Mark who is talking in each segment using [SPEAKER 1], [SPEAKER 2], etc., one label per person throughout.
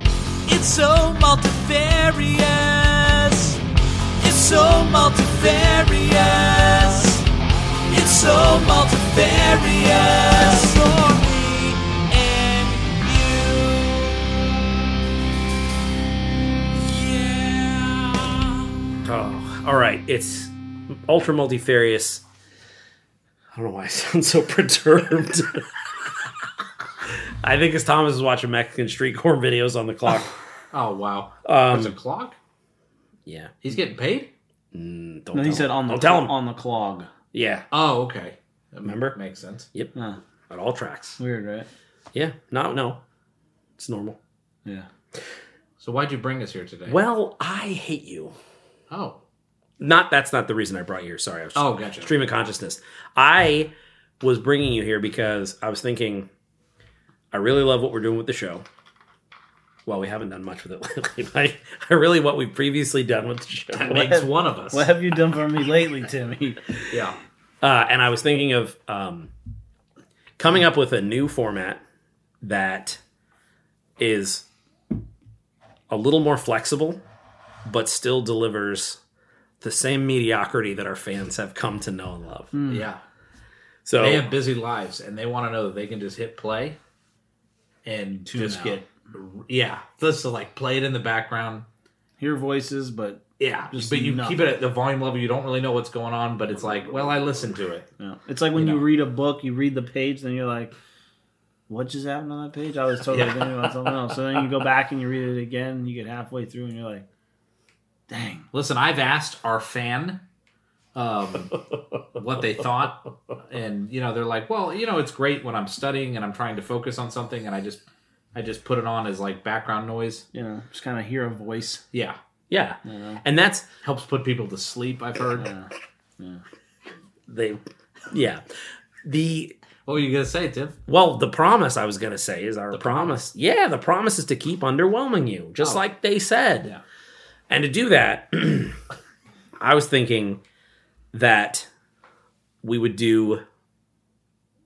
[SPEAKER 1] It's so multifarious. It's so multifarious. It's so multifarious. For me and you. Yeah.
[SPEAKER 2] Oh, all right. It's ultra multifarious. I don't know why I sound so perturbed. I think it's Thomas is watching Mexican street corn videos on the clock.
[SPEAKER 3] Oh wow. It's a clock.
[SPEAKER 2] yeah.
[SPEAKER 3] He's getting paid.
[SPEAKER 2] Mm, Don't
[SPEAKER 4] No,
[SPEAKER 2] tell
[SPEAKER 4] he said
[SPEAKER 2] him.
[SPEAKER 4] on the
[SPEAKER 2] Don't tell him.
[SPEAKER 4] on the clog.
[SPEAKER 2] Yeah.
[SPEAKER 3] Oh okay. That
[SPEAKER 2] Remember?
[SPEAKER 3] Makes sense.
[SPEAKER 2] Yep.
[SPEAKER 4] Huh.
[SPEAKER 2] On all tracks.
[SPEAKER 4] Weird, right?
[SPEAKER 2] Yeah. No, no. It's normal.
[SPEAKER 4] Yeah.
[SPEAKER 3] So why'd you bring us here today?
[SPEAKER 2] Well, I hate you.
[SPEAKER 3] Oh.
[SPEAKER 2] Not that's not the reason I brought you here. Sorry. I was
[SPEAKER 3] Oh, gotcha.
[SPEAKER 2] stream of consciousness. I was bringing you here because I was thinking I really love what we're doing with the show. Well, we haven't done much with it lately, but I, I really what we've previously done with the show.
[SPEAKER 3] That makes one of us.
[SPEAKER 4] What have you done for me lately, Timmy?
[SPEAKER 3] Yeah.
[SPEAKER 2] Uh, and I was thinking of um, coming up with a new format that is a little more flexible, but still delivers the same mediocrity that our fans have come to know and love.
[SPEAKER 3] Yeah.
[SPEAKER 2] So
[SPEAKER 3] Hmm. They have busy lives and they want to know that they can just hit play and just
[SPEAKER 4] out.
[SPEAKER 3] get yeah. Just to like play it in the background.
[SPEAKER 4] Hear voices, but
[SPEAKER 3] Yeah.
[SPEAKER 4] Just
[SPEAKER 3] but you
[SPEAKER 4] nothing.
[SPEAKER 3] keep it at the volume level. You don't really know what's going on, but it's like, well, I listened to it.
[SPEAKER 4] you know, it's like when you,
[SPEAKER 3] You know.
[SPEAKER 4] read a book, you read the page, then you're like, "What just happened on that page?" I was totally
[SPEAKER 3] Yeah.
[SPEAKER 4] thinking about something else. So then you go back and you read it again, and you get halfway through, and you're like, "Dang."
[SPEAKER 3] Listen, I've asked our fan um, what they thought, and you know, they're like, "Well, you know, it's great when I'm studying and I'm trying to focus on something, and I just, I just put it on as like background noise.
[SPEAKER 4] You know, just kind of hear a voice.
[SPEAKER 3] Yeah,
[SPEAKER 2] yeah,
[SPEAKER 4] You know,
[SPEAKER 2] and that's
[SPEAKER 3] helps put people to sleep. I've heard.
[SPEAKER 4] yeah.
[SPEAKER 2] they, yeah, the
[SPEAKER 3] What were you gonna say, Tim?
[SPEAKER 2] well, the promise I was gonna say is our promise. Yeah, the promise is to keep underwhelming you, just
[SPEAKER 3] Oh.
[SPEAKER 2] like they said.
[SPEAKER 3] Yeah.
[SPEAKER 2] And to do that, I was thinking that we would do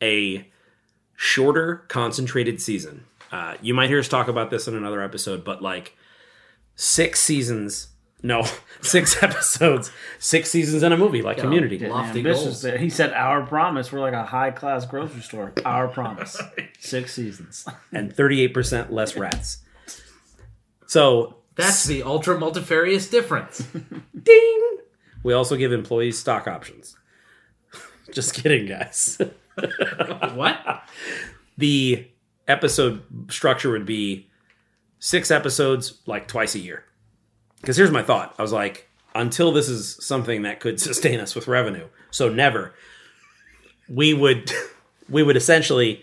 [SPEAKER 2] a shorter, concentrated season. Uh, you might hear us talk about this in another episode, but like six seasons, no, six episodes, six seasons in a movie, like Community.
[SPEAKER 3] yeah.
[SPEAKER 4] Getting
[SPEAKER 3] Lofty
[SPEAKER 4] ambitious
[SPEAKER 3] goals.
[SPEAKER 4] there. He said, "Our promise." We're like a high class grocery store. Our promise. Six seasons.
[SPEAKER 2] and 38% less rats. So,
[SPEAKER 3] That's the ultra multifarious difference.
[SPEAKER 2] ding! We also give employees stock options. Just kidding, guys.
[SPEAKER 3] what?
[SPEAKER 2] the episode structure would be six episodes like twice a year because here's my thought i was like until this is something that could sustain us with revenue so never we would we would essentially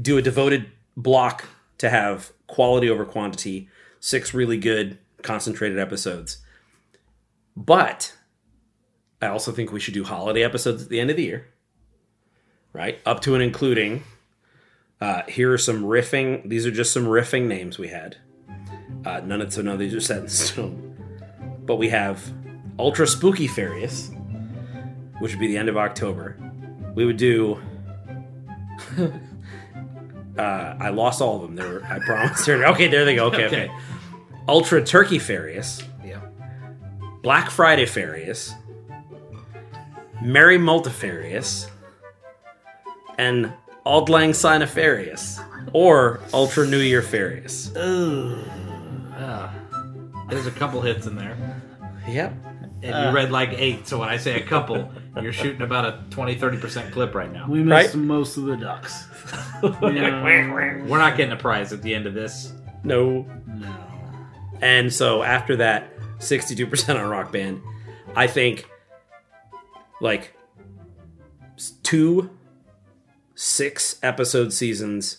[SPEAKER 2] do a devoted block to have quality over quantity six really good concentrated episodes but i also think we should do holiday episodes at the end of the year right up to and including uh, here are some riffing. These are just some riffing names we had. Uh, none of so no, these are set in stone. But we have Ultra Spooky Furious, which would be the end of October. We would do. uh, I lost all of them. There, were, I promised. There, okay, there they go. Okay, okay.
[SPEAKER 3] Okay.
[SPEAKER 2] Ultra Turkey Furious,
[SPEAKER 3] Yeah.
[SPEAKER 2] Black Friday Furious, Merry Multifarious, and Auld Lang Syne Farious, or Ultra New Year Farious.
[SPEAKER 3] Uh, there's a couple hits in there,
[SPEAKER 2] Yep.
[SPEAKER 3] and
[SPEAKER 4] Uh.
[SPEAKER 3] you read like eight. So when I say a couple, you're shooting about a 20 30 percent clip right now.
[SPEAKER 4] We
[SPEAKER 2] Right?
[SPEAKER 4] missed most of the ducks. Yeah.
[SPEAKER 3] We're not getting a prize at the end of this.
[SPEAKER 2] No.
[SPEAKER 4] no.
[SPEAKER 2] And so after that, 62% on Rock Band. I think like s- two, six episode seasons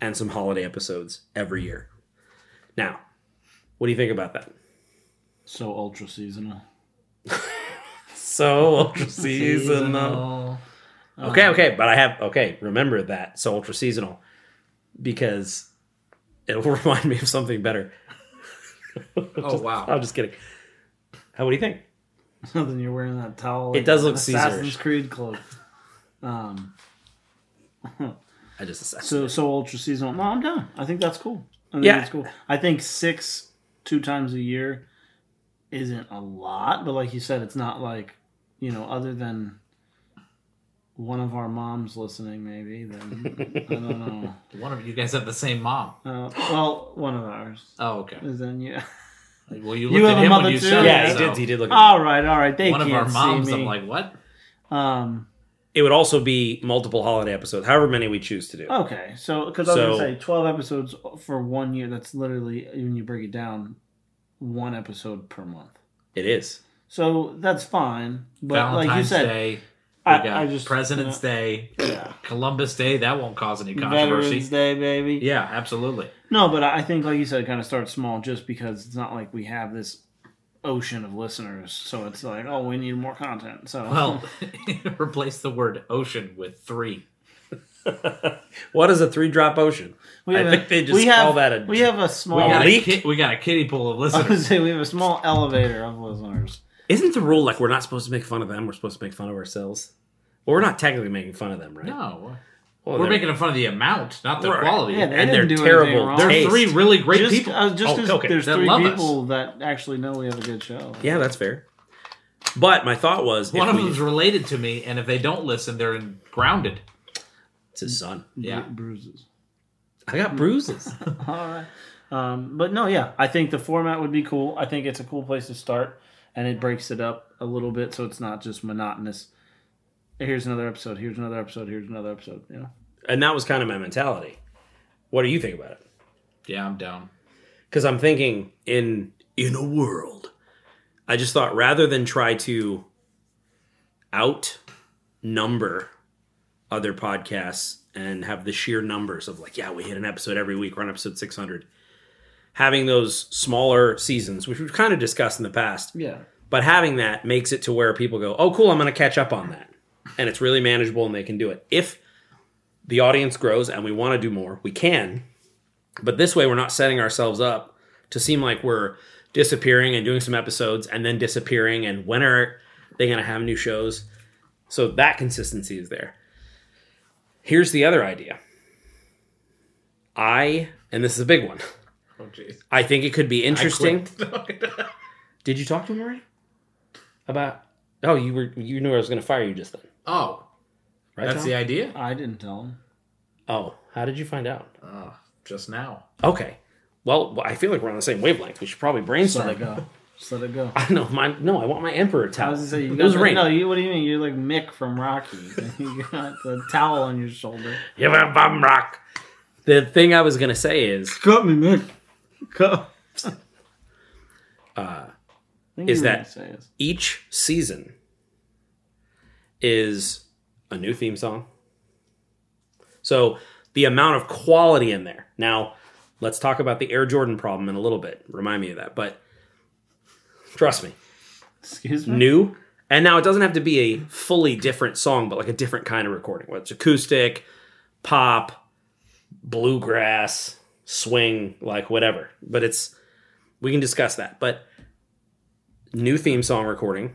[SPEAKER 2] and some holiday episodes every year. Now, what do you think about that?
[SPEAKER 4] So ultra seasonal.
[SPEAKER 2] So ultra uh, seasonal. Okay, okay, but I have okay. Remember that so ultra seasonal because it'll remind me of something better.
[SPEAKER 3] Oh wow.
[SPEAKER 2] I'm just kidding. How? What do you think?
[SPEAKER 4] Nothing. You're wearing that towel.
[SPEAKER 2] It does
[SPEAKER 4] an
[SPEAKER 2] look
[SPEAKER 4] Assassin's
[SPEAKER 2] Caesarish.
[SPEAKER 4] Creed cloak. Um.
[SPEAKER 2] I just assessed.
[SPEAKER 4] So so ultra seasonal. No, I'm done. I think that's cool. I think
[SPEAKER 2] Yeah.
[SPEAKER 4] it's cool. I think six two times a year isn't a lot, but like you said, it's not like you know, other than one of our moms listening, maybe. Then I don't know.
[SPEAKER 3] One of you guys have the same mom.
[SPEAKER 4] Uh, well, one of ours.
[SPEAKER 3] Oh, okay.
[SPEAKER 4] Is then yeah.
[SPEAKER 3] Well, you
[SPEAKER 4] You
[SPEAKER 3] looked
[SPEAKER 4] have
[SPEAKER 3] at
[SPEAKER 4] a
[SPEAKER 3] him
[SPEAKER 4] mother
[SPEAKER 3] when you
[SPEAKER 4] too?
[SPEAKER 3] said
[SPEAKER 2] Yeah,
[SPEAKER 3] it.
[SPEAKER 2] he
[SPEAKER 3] so
[SPEAKER 2] did. He did look. At
[SPEAKER 4] All right, all right. They
[SPEAKER 3] One of
[SPEAKER 4] can't
[SPEAKER 3] our moms.
[SPEAKER 4] see me.
[SPEAKER 3] I'm like, what?
[SPEAKER 4] um.
[SPEAKER 2] it would also be multiple holiday episodes, however many we choose to do.
[SPEAKER 4] Okay, so because I was
[SPEAKER 2] So-
[SPEAKER 4] gonna say twelve episodes for one year. That's literally when you break it down, one episode per month.
[SPEAKER 2] It is.
[SPEAKER 4] So that's fine. But
[SPEAKER 3] Valentine's
[SPEAKER 4] like you said,
[SPEAKER 3] Day. We
[SPEAKER 4] I-
[SPEAKER 3] got
[SPEAKER 4] I just-
[SPEAKER 3] President's Day.
[SPEAKER 4] yeah.
[SPEAKER 3] Columbus Day. That won't cause any controversy.
[SPEAKER 4] Veterans Day, baby.
[SPEAKER 3] Yeah, absolutely.
[SPEAKER 4] No, but I I think, like you said, kind of start small, just because it's not like we have this ocean of listeners. So it's like, oh, we need more content. So
[SPEAKER 3] Well, replace the word ocean with three.
[SPEAKER 2] What is a three drop ocean?
[SPEAKER 4] we
[SPEAKER 2] I
[SPEAKER 4] have
[SPEAKER 2] think
[SPEAKER 4] a-
[SPEAKER 2] they just
[SPEAKER 4] we
[SPEAKER 2] call
[SPEAKER 4] have,
[SPEAKER 2] that a-
[SPEAKER 4] we have a
[SPEAKER 3] We
[SPEAKER 4] small.
[SPEAKER 2] Oh,
[SPEAKER 3] got a,
[SPEAKER 2] leak?
[SPEAKER 3] ki- we got a kiddie pool of
[SPEAKER 4] I
[SPEAKER 3] listeners.
[SPEAKER 4] was saying we have a small elevator of listeners.
[SPEAKER 2] Isn't the rule like we're not supposed to make fun of them? We're supposed to make fun of ourselves. Well, we're not technically making fun of them, right?
[SPEAKER 3] No,
[SPEAKER 2] Well,
[SPEAKER 3] we're
[SPEAKER 2] they're-
[SPEAKER 3] making fun of the amount, not the
[SPEAKER 2] Right.
[SPEAKER 3] quality.
[SPEAKER 4] Yeah, they
[SPEAKER 2] and they're
[SPEAKER 4] didn't do
[SPEAKER 2] terrible.
[SPEAKER 4] anything wrong.
[SPEAKER 3] There
[SPEAKER 2] Taste.
[SPEAKER 3] are three really great
[SPEAKER 4] Just,
[SPEAKER 3] people.
[SPEAKER 4] uh, just
[SPEAKER 2] Oh,
[SPEAKER 4] 'cause
[SPEAKER 2] okay.
[SPEAKER 4] there's
[SPEAKER 3] That
[SPEAKER 4] three
[SPEAKER 3] love us.
[SPEAKER 4] people that actually know we have a good show.
[SPEAKER 2] Yeah, that's fair. But my thought was,
[SPEAKER 3] One
[SPEAKER 2] if
[SPEAKER 3] of
[SPEAKER 2] we-
[SPEAKER 3] them's related to me, and if they don't listen, they're in- grounded.
[SPEAKER 2] it's his son.
[SPEAKER 4] Bru-
[SPEAKER 3] Yeah.
[SPEAKER 4] bruises.
[SPEAKER 2] I got bruises.
[SPEAKER 4] All right. Um, but no, yeah, I think the format would be cool. I think it's a cool place to start, and it breaks it up a little bit so it's not just monotonous. Here's another episode. Here's another episode. Here's another episode. You know,
[SPEAKER 2] and that was kind of my mentality. What do you think about it?
[SPEAKER 3] Yeah, I'm down.
[SPEAKER 2] because I'm thinking in in a world. I just thought rather than try to outnumber other podcasts and have the sheer numbers of like, yeah, we hit an episode every week, we're on episode 600. Having those smaller seasons, which we've kind of discussed in the past,
[SPEAKER 4] yeah,
[SPEAKER 2] but having that makes it to where people go, oh, cool, I'm going to catch up on that. And it's really manageable and they can do it. If the audience grows and we want to do more, we can. But this way, we're not setting ourselves up to seem like we're disappearing and doing some episodes and then disappearing. And when are they going to have new shows? So that consistency is there. Here's the other idea I, and this is a big one,
[SPEAKER 3] Oh, jeez.
[SPEAKER 2] I think it could be interesting.
[SPEAKER 3] Interesting.
[SPEAKER 2] Did you talk to him already? About oh, you were you knew I was going to fire you just then,
[SPEAKER 3] oh,
[SPEAKER 2] right?
[SPEAKER 3] that's
[SPEAKER 2] Tom?
[SPEAKER 3] the idea.
[SPEAKER 4] I didn't tell him.
[SPEAKER 2] oh, how did you find out?
[SPEAKER 3] Oh, just now.
[SPEAKER 2] Okay, well, I feel like we're on the same wavelength. We should probably
[SPEAKER 4] Just
[SPEAKER 2] brainstorm.
[SPEAKER 4] let it go. Just let it go.
[SPEAKER 2] I know mine. No, I want my emperor
[SPEAKER 4] I
[SPEAKER 2] towel.
[SPEAKER 4] was gonna say you
[SPEAKER 2] it
[SPEAKER 4] got
[SPEAKER 2] was
[SPEAKER 4] the-
[SPEAKER 2] rain.
[SPEAKER 4] No, you. What do you mean? You're like Mick from Rocky. you got the towel on your shoulder.
[SPEAKER 2] Give a bum rock. The thing I was going to say is
[SPEAKER 4] Cut me, Mick. Cut.
[SPEAKER 2] Uh,
[SPEAKER 4] Think
[SPEAKER 2] is
[SPEAKER 4] you were
[SPEAKER 2] that-
[SPEAKER 4] gonna say this.
[SPEAKER 2] each season is a new theme song. So the amount of quality in there. Now, let's talk about the Air Jordan problem in a little bit. Remind me of that. But trust me,
[SPEAKER 4] Excuse me.
[SPEAKER 2] new. And now it doesn't have to be a fully different song, but like a different kind of recording, whether it's acoustic, pop, bluegrass, swing, like whatever. But it's, we can discuss that. But new theme song recording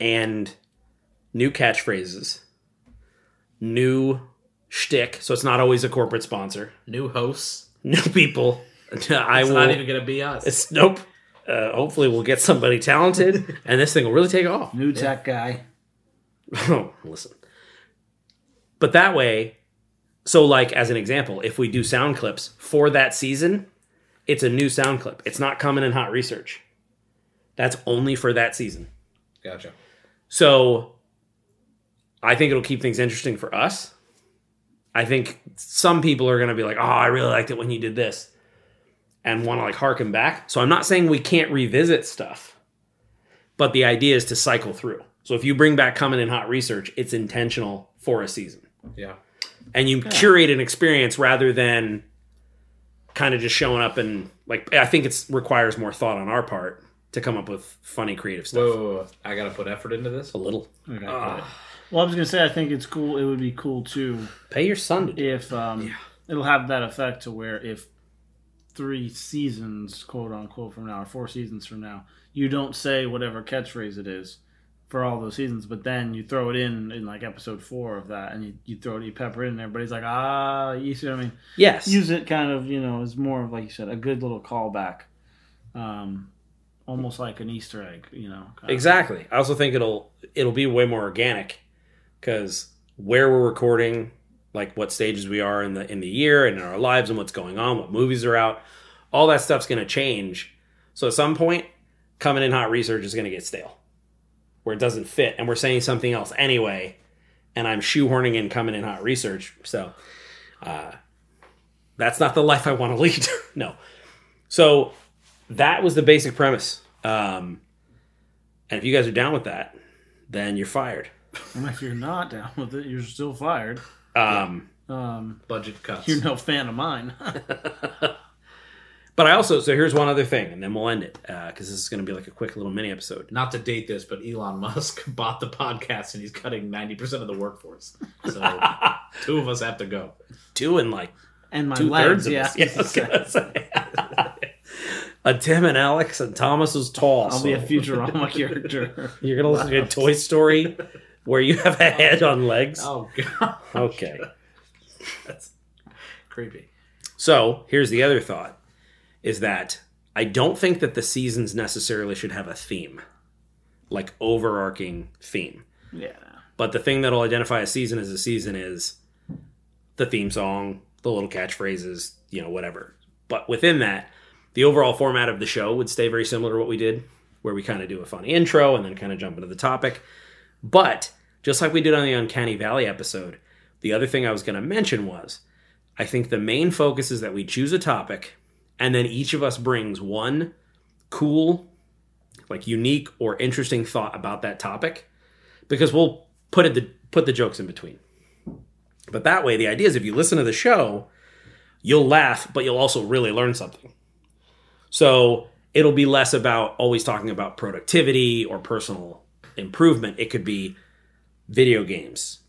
[SPEAKER 2] and new catchphrases, new shtick. So it's not always a corporate sponsor,
[SPEAKER 3] New hosts.
[SPEAKER 2] new people. I
[SPEAKER 3] It's
[SPEAKER 2] will.
[SPEAKER 3] not even going to be us.
[SPEAKER 2] it's, nope. Uh, hopefully, we'll get somebody talented, and this thing will really take off.
[SPEAKER 4] New tech guy.
[SPEAKER 2] Oh, listen. But that way, so like as an example, if we do sound clips for that season, it's a new sound clip. It's not coming in hot research. That's only for that season.
[SPEAKER 3] Gotcha.
[SPEAKER 2] So I think it'll keep things interesting for us. I think some people are going to be like, "Oh, I really liked it when you did this." And want to like harken back. So I'm not saying we can't revisit stuff. But the idea is to cycle through. So if you bring back coming in hot research, it's intentional for a season.
[SPEAKER 3] Yeah.
[SPEAKER 2] And you curate an experience rather than kind of just showing up and like I think it's requires more thought on our part to come up with funny creative stuff.
[SPEAKER 3] Whoa, Ah. whoa, whoa. I got to put effort into this.
[SPEAKER 2] A little.
[SPEAKER 4] Okay,
[SPEAKER 2] Uh,
[SPEAKER 4] got it. Well, I was gonna say I think it's cool. It would be cool too
[SPEAKER 2] Pay your son to do
[SPEAKER 4] if um, it'll have that effect to where if three seasons, quote unquote, from now or four seasons from now, you don't say whatever catchphrase it is, for all those seasons. But then you throw it in in like episode four of that, and you, you throw it, you pepper it in, and everybody's like, ah, you see what I mean?
[SPEAKER 2] Yes.
[SPEAKER 4] Use it kind of, you know, as more of like you said, a good little callback, um, almost like an Easter egg, you know. kind of.
[SPEAKER 2] Exactly. I also think it'll it'll be way more organic because where we're recording, like what stages we are in the in the year and in our lives and what's going on, what movies are out, all that stuff's going to change. So at some point, coming in hot research is going to get stale, where it doesn't fit, and we're saying something else anyway, and I'm shoehorning in coming in hot research. So uh, that's not the life I want to lead. no. So that was the basic premise. Um, and if you guys are down with that, then you're fired.
[SPEAKER 4] And if you're not down with it, you're still fired.
[SPEAKER 2] Um,
[SPEAKER 4] Um,
[SPEAKER 3] Budget cuts.
[SPEAKER 4] you're no fan of mine.
[SPEAKER 2] but I also, so here's one other thing, and then we'll end it because this is going to be like a quick little mini episode.
[SPEAKER 3] Not to date this, but Elon Musk bought the podcast and he's cutting 90% of the workforce. So two of us have to go.
[SPEAKER 2] Two in like
[SPEAKER 4] and my
[SPEAKER 2] two
[SPEAKER 4] legs,
[SPEAKER 2] thirds of
[SPEAKER 4] yeah.
[SPEAKER 2] us. Yeah, I was gonna say. a Tim and Alex and Thomas is tall.
[SPEAKER 4] I'll
[SPEAKER 2] so
[SPEAKER 4] be a Futurama character.
[SPEAKER 2] You're going to listen to a Toy Story where you have a head on legs.
[SPEAKER 3] Oh, God.
[SPEAKER 2] Okay.
[SPEAKER 3] That's creepy.
[SPEAKER 2] So here's the other thought is that I don't think that the seasons necessarily should have a theme, like overarching theme.
[SPEAKER 4] Yeah.
[SPEAKER 2] But the thing that'll identify a season as a season is the theme song, the little catchphrases, you know, whatever. But within that, the overall format of the show would stay very similar to what we did, where we kind of do a funny intro and then kind of jump into the topic. But just like we did on the Uncanny Valley episode, the other thing I was going to mention was I think the main focus is that we choose a topic and then each of us brings one cool, like unique or interesting thought about that topic because we'll put it the, put the jokes in between. But that way, the idea is if you listen to the show, you'll laugh, but you'll also really learn something. So it'll be less about always talking about productivity or personal improvement. It could be video games,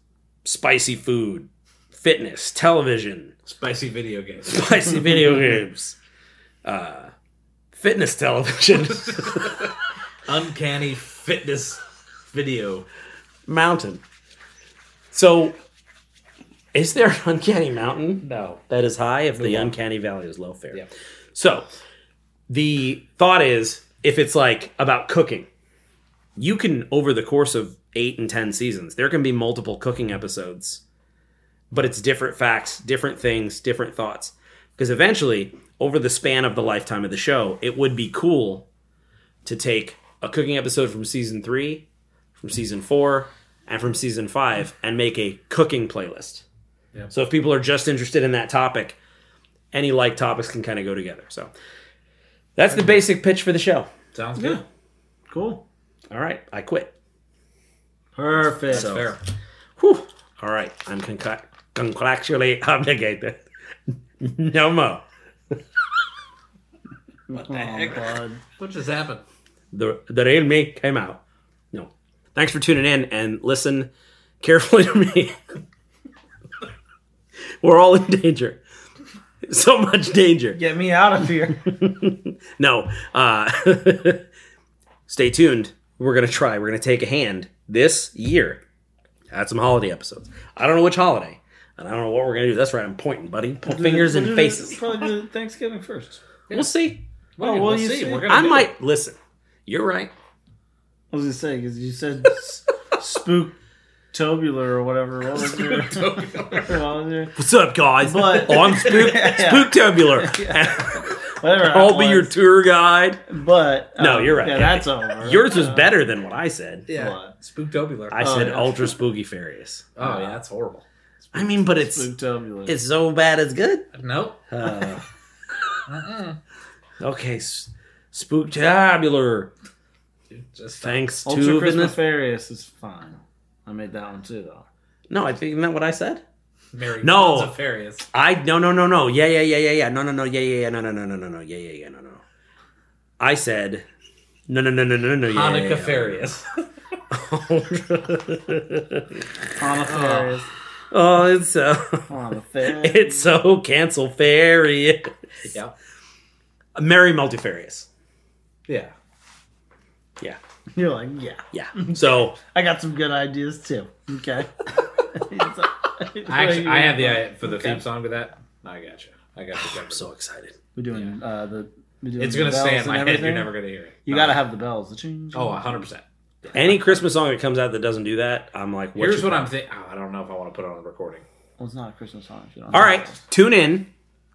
[SPEAKER 2] spicy food, fitness, television,
[SPEAKER 3] Spicy video games.
[SPEAKER 2] spicy video games, uh, fitness television,
[SPEAKER 3] Uncanny fitness video.
[SPEAKER 2] mountain. So, is there an uncanny mountain
[SPEAKER 3] No.
[SPEAKER 2] that is high if the uncanny valley is low? Fair.
[SPEAKER 3] Yep.
[SPEAKER 2] So, the thought is if it's like about cooking, you can, over the course of eight and 10 seasons, there can be multiple cooking episodes, but it's different facts, different things, different thoughts. Because eventually, over the span of the lifetime of the show, it would be cool to take a cooking episode from season three, from season four, and from season five and make a cooking playlist.
[SPEAKER 3] Yeah.
[SPEAKER 2] So if people are just interested in that topic, any like topics can kind of go together. So that's the basic pitch for the show.
[SPEAKER 3] Sounds good.
[SPEAKER 4] Cool.
[SPEAKER 2] All right, I quit.
[SPEAKER 4] Perfect.
[SPEAKER 2] So-
[SPEAKER 3] Fair.
[SPEAKER 2] Whew. All right, I'm conca- contractually obligated. no more.
[SPEAKER 4] oh, bud.
[SPEAKER 3] What just happened?
[SPEAKER 2] The, the real me came out. No. Thanks for tuning in and listen carefully to me. We're all in danger. So much danger.
[SPEAKER 4] Get me out of here.
[SPEAKER 2] No. Uh, stay tuned. We're going to try. We're going to take a hand this year at some holiday episodes. I don't know which holiday, and I don't know what we're going to do. That's right. I'm pointing, buddy. Point fingers and faces.
[SPEAKER 4] Probably do Thanksgiving first.
[SPEAKER 2] We'll see.
[SPEAKER 3] Well,
[SPEAKER 4] well,
[SPEAKER 3] we'll
[SPEAKER 4] you
[SPEAKER 3] see.
[SPEAKER 4] see.
[SPEAKER 3] We're gonna
[SPEAKER 2] I
[SPEAKER 3] do it.
[SPEAKER 2] might. Listen, you're right.
[SPEAKER 4] I was gonna say because you said s- spooktobular or whatever. What was your,
[SPEAKER 3] Oh,
[SPEAKER 4] what was your-
[SPEAKER 2] What's up, guys?
[SPEAKER 4] But-
[SPEAKER 2] oh, I'm spook-
[SPEAKER 4] Yeah.
[SPEAKER 2] spooktabular.
[SPEAKER 4] whatever. that
[SPEAKER 2] I'll be your
[SPEAKER 4] was.
[SPEAKER 2] tour guide.
[SPEAKER 4] but um,
[SPEAKER 2] No, you're right.
[SPEAKER 4] Yeah,
[SPEAKER 2] Yeah.
[SPEAKER 4] that's over.
[SPEAKER 2] Yours was
[SPEAKER 4] Uh,
[SPEAKER 2] better than what I said.
[SPEAKER 3] Yeah.
[SPEAKER 4] What?
[SPEAKER 3] Spooktobular.
[SPEAKER 2] I
[SPEAKER 4] Oh,
[SPEAKER 2] said
[SPEAKER 4] yeah.
[SPEAKER 2] ultra spooky furious.
[SPEAKER 3] oh, yeah, that's horrible.
[SPEAKER 2] I mean, but it's
[SPEAKER 4] Spooktobular.
[SPEAKER 2] it's so bad it's good.
[SPEAKER 3] Nope. Uh-uh.
[SPEAKER 2] Uh, okay, s- spooktabular.
[SPEAKER 3] Just
[SPEAKER 2] Thanks
[SPEAKER 4] Ultra
[SPEAKER 2] to
[SPEAKER 4] Christmas
[SPEAKER 2] Vanessa.
[SPEAKER 4] Farius is fine. I made that one too though.
[SPEAKER 2] No, I think isn't that what I said.
[SPEAKER 3] Mary
[SPEAKER 2] No.
[SPEAKER 3] It's Farius.
[SPEAKER 2] I no no no no yeah yeah yeah yeah yeah no no no yeah yeah yeah no no no no no no yeah yeah yeah no no. I said no no no no no no yeah,
[SPEAKER 3] Hanukkah
[SPEAKER 2] yeah,
[SPEAKER 3] Farius.
[SPEAKER 2] yeah.
[SPEAKER 4] On a Farius.
[SPEAKER 2] oh, it's so
[SPEAKER 4] On a Farius.
[SPEAKER 2] it's so cancel fairy.
[SPEAKER 3] yeah.
[SPEAKER 2] Mary multifarious.
[SPEAKER 3] Yeah.
[SPEAKER 2] Yeah.
[SPEAKER 4] You're like, yeah,
[SPEAKER 2] Yeah. So
[SPEAKER 4] I got some good ideas too. Okay. It's like-
[SPEAKER 3] I actually, I had the
[SPEAKER 4] We're
[SPEAKER 3] idea for the theme song to that. I got you. I got the
[SPEAKER 2] I'm so excited.
[SPEAKER 4] doing uh, the. We're doing
[SPEAKER 3] It's
[SPEAKER 4] the
[SPEAKER 3] gonna
[SPEAKER 4] bells
[SPEAKER 3] stay in
[SPEAKER 4] and
[SPEAKER 3] my head. You're
[SPEAKER 4] everything?
[SPEAKER 3] never gonna hear it. Uh,
[SPEAKER 4] You gotta have the bells. The ching, ching.
[SPEAKER 3] Oh, 100 percent.
[SPEAKER 2] Any Christmas song that comes out that doesn't do that, I'm like, what's
[SPEAKER 3] Here's
[SPEAKER 2] your-
[SPEAKER 3] what I'm thinking. Oh, I don't know if I want to put it on the recording.
[SPEAKER 4] Well, it's not a Christmas song. If you don't
[SPEAKER 2] All
[SPEAKER 4] have
[SPEAKER 2] right,
[SPEAKER 4] bells.
[SPEAKER 2] tune in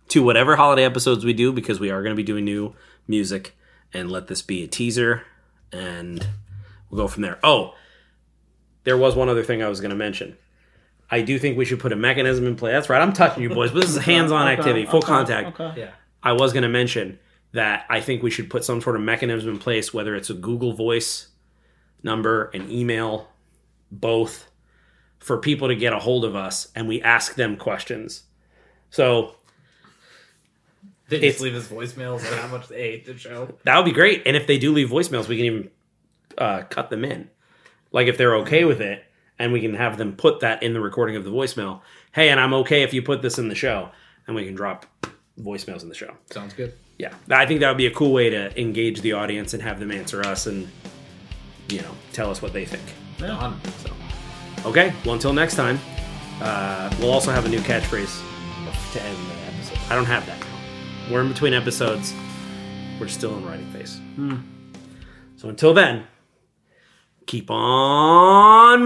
[SPEAKER 2] to whatever holiday episodes we do because we are going to be doing new music and let this be a teaser and we'll go from there. Oh, there was one other thing I was going to mention. I do think we should put a mechanism in play. That's right, I'm touching you boys, but this is a hands on
[SPEAKER 4] Okay,
[SPEAKER 2] activity, full
[SPEAKER 4] okay,
[SPEAKER 2] contact.
[SPEAKER 4] Okay.
[SPEAKER 3] Yeah.
[SPEAKER 2] I was going to mention that I think we should put some sort of mechanism in place, whether it's a Google Voice number, an email, both, for people to get a hold of us and we ask them questions. So
[SPEAKER 3] They
[SPEAKER 2] It's-
[SPEAKER 3] just leave his voicemails and how much they hate the show.
[SPEAKER 2] that would be great. And if they do leave voicemails, we can even uh, cut them in. Like if they're okay with it, and we can have them put that in the recording of the voicemail. Hey, and I'm okay if you put this in the show, and we can drop voicemails in the show.
[SPEAKER 3] Sounds good.
[SPEAKER 2] yeah i think that would be a cool way to engage the audience and have them answer us and you know tell us what they think
[SPEAKER 4] Yeah.
[SPEAKER 3] Done. So
[SPEAKER 2] okay well until next time uh, we'll also have a new catchphrase to end the episode i don't have that now we're in between episodes we're still in writing phase so until then keep on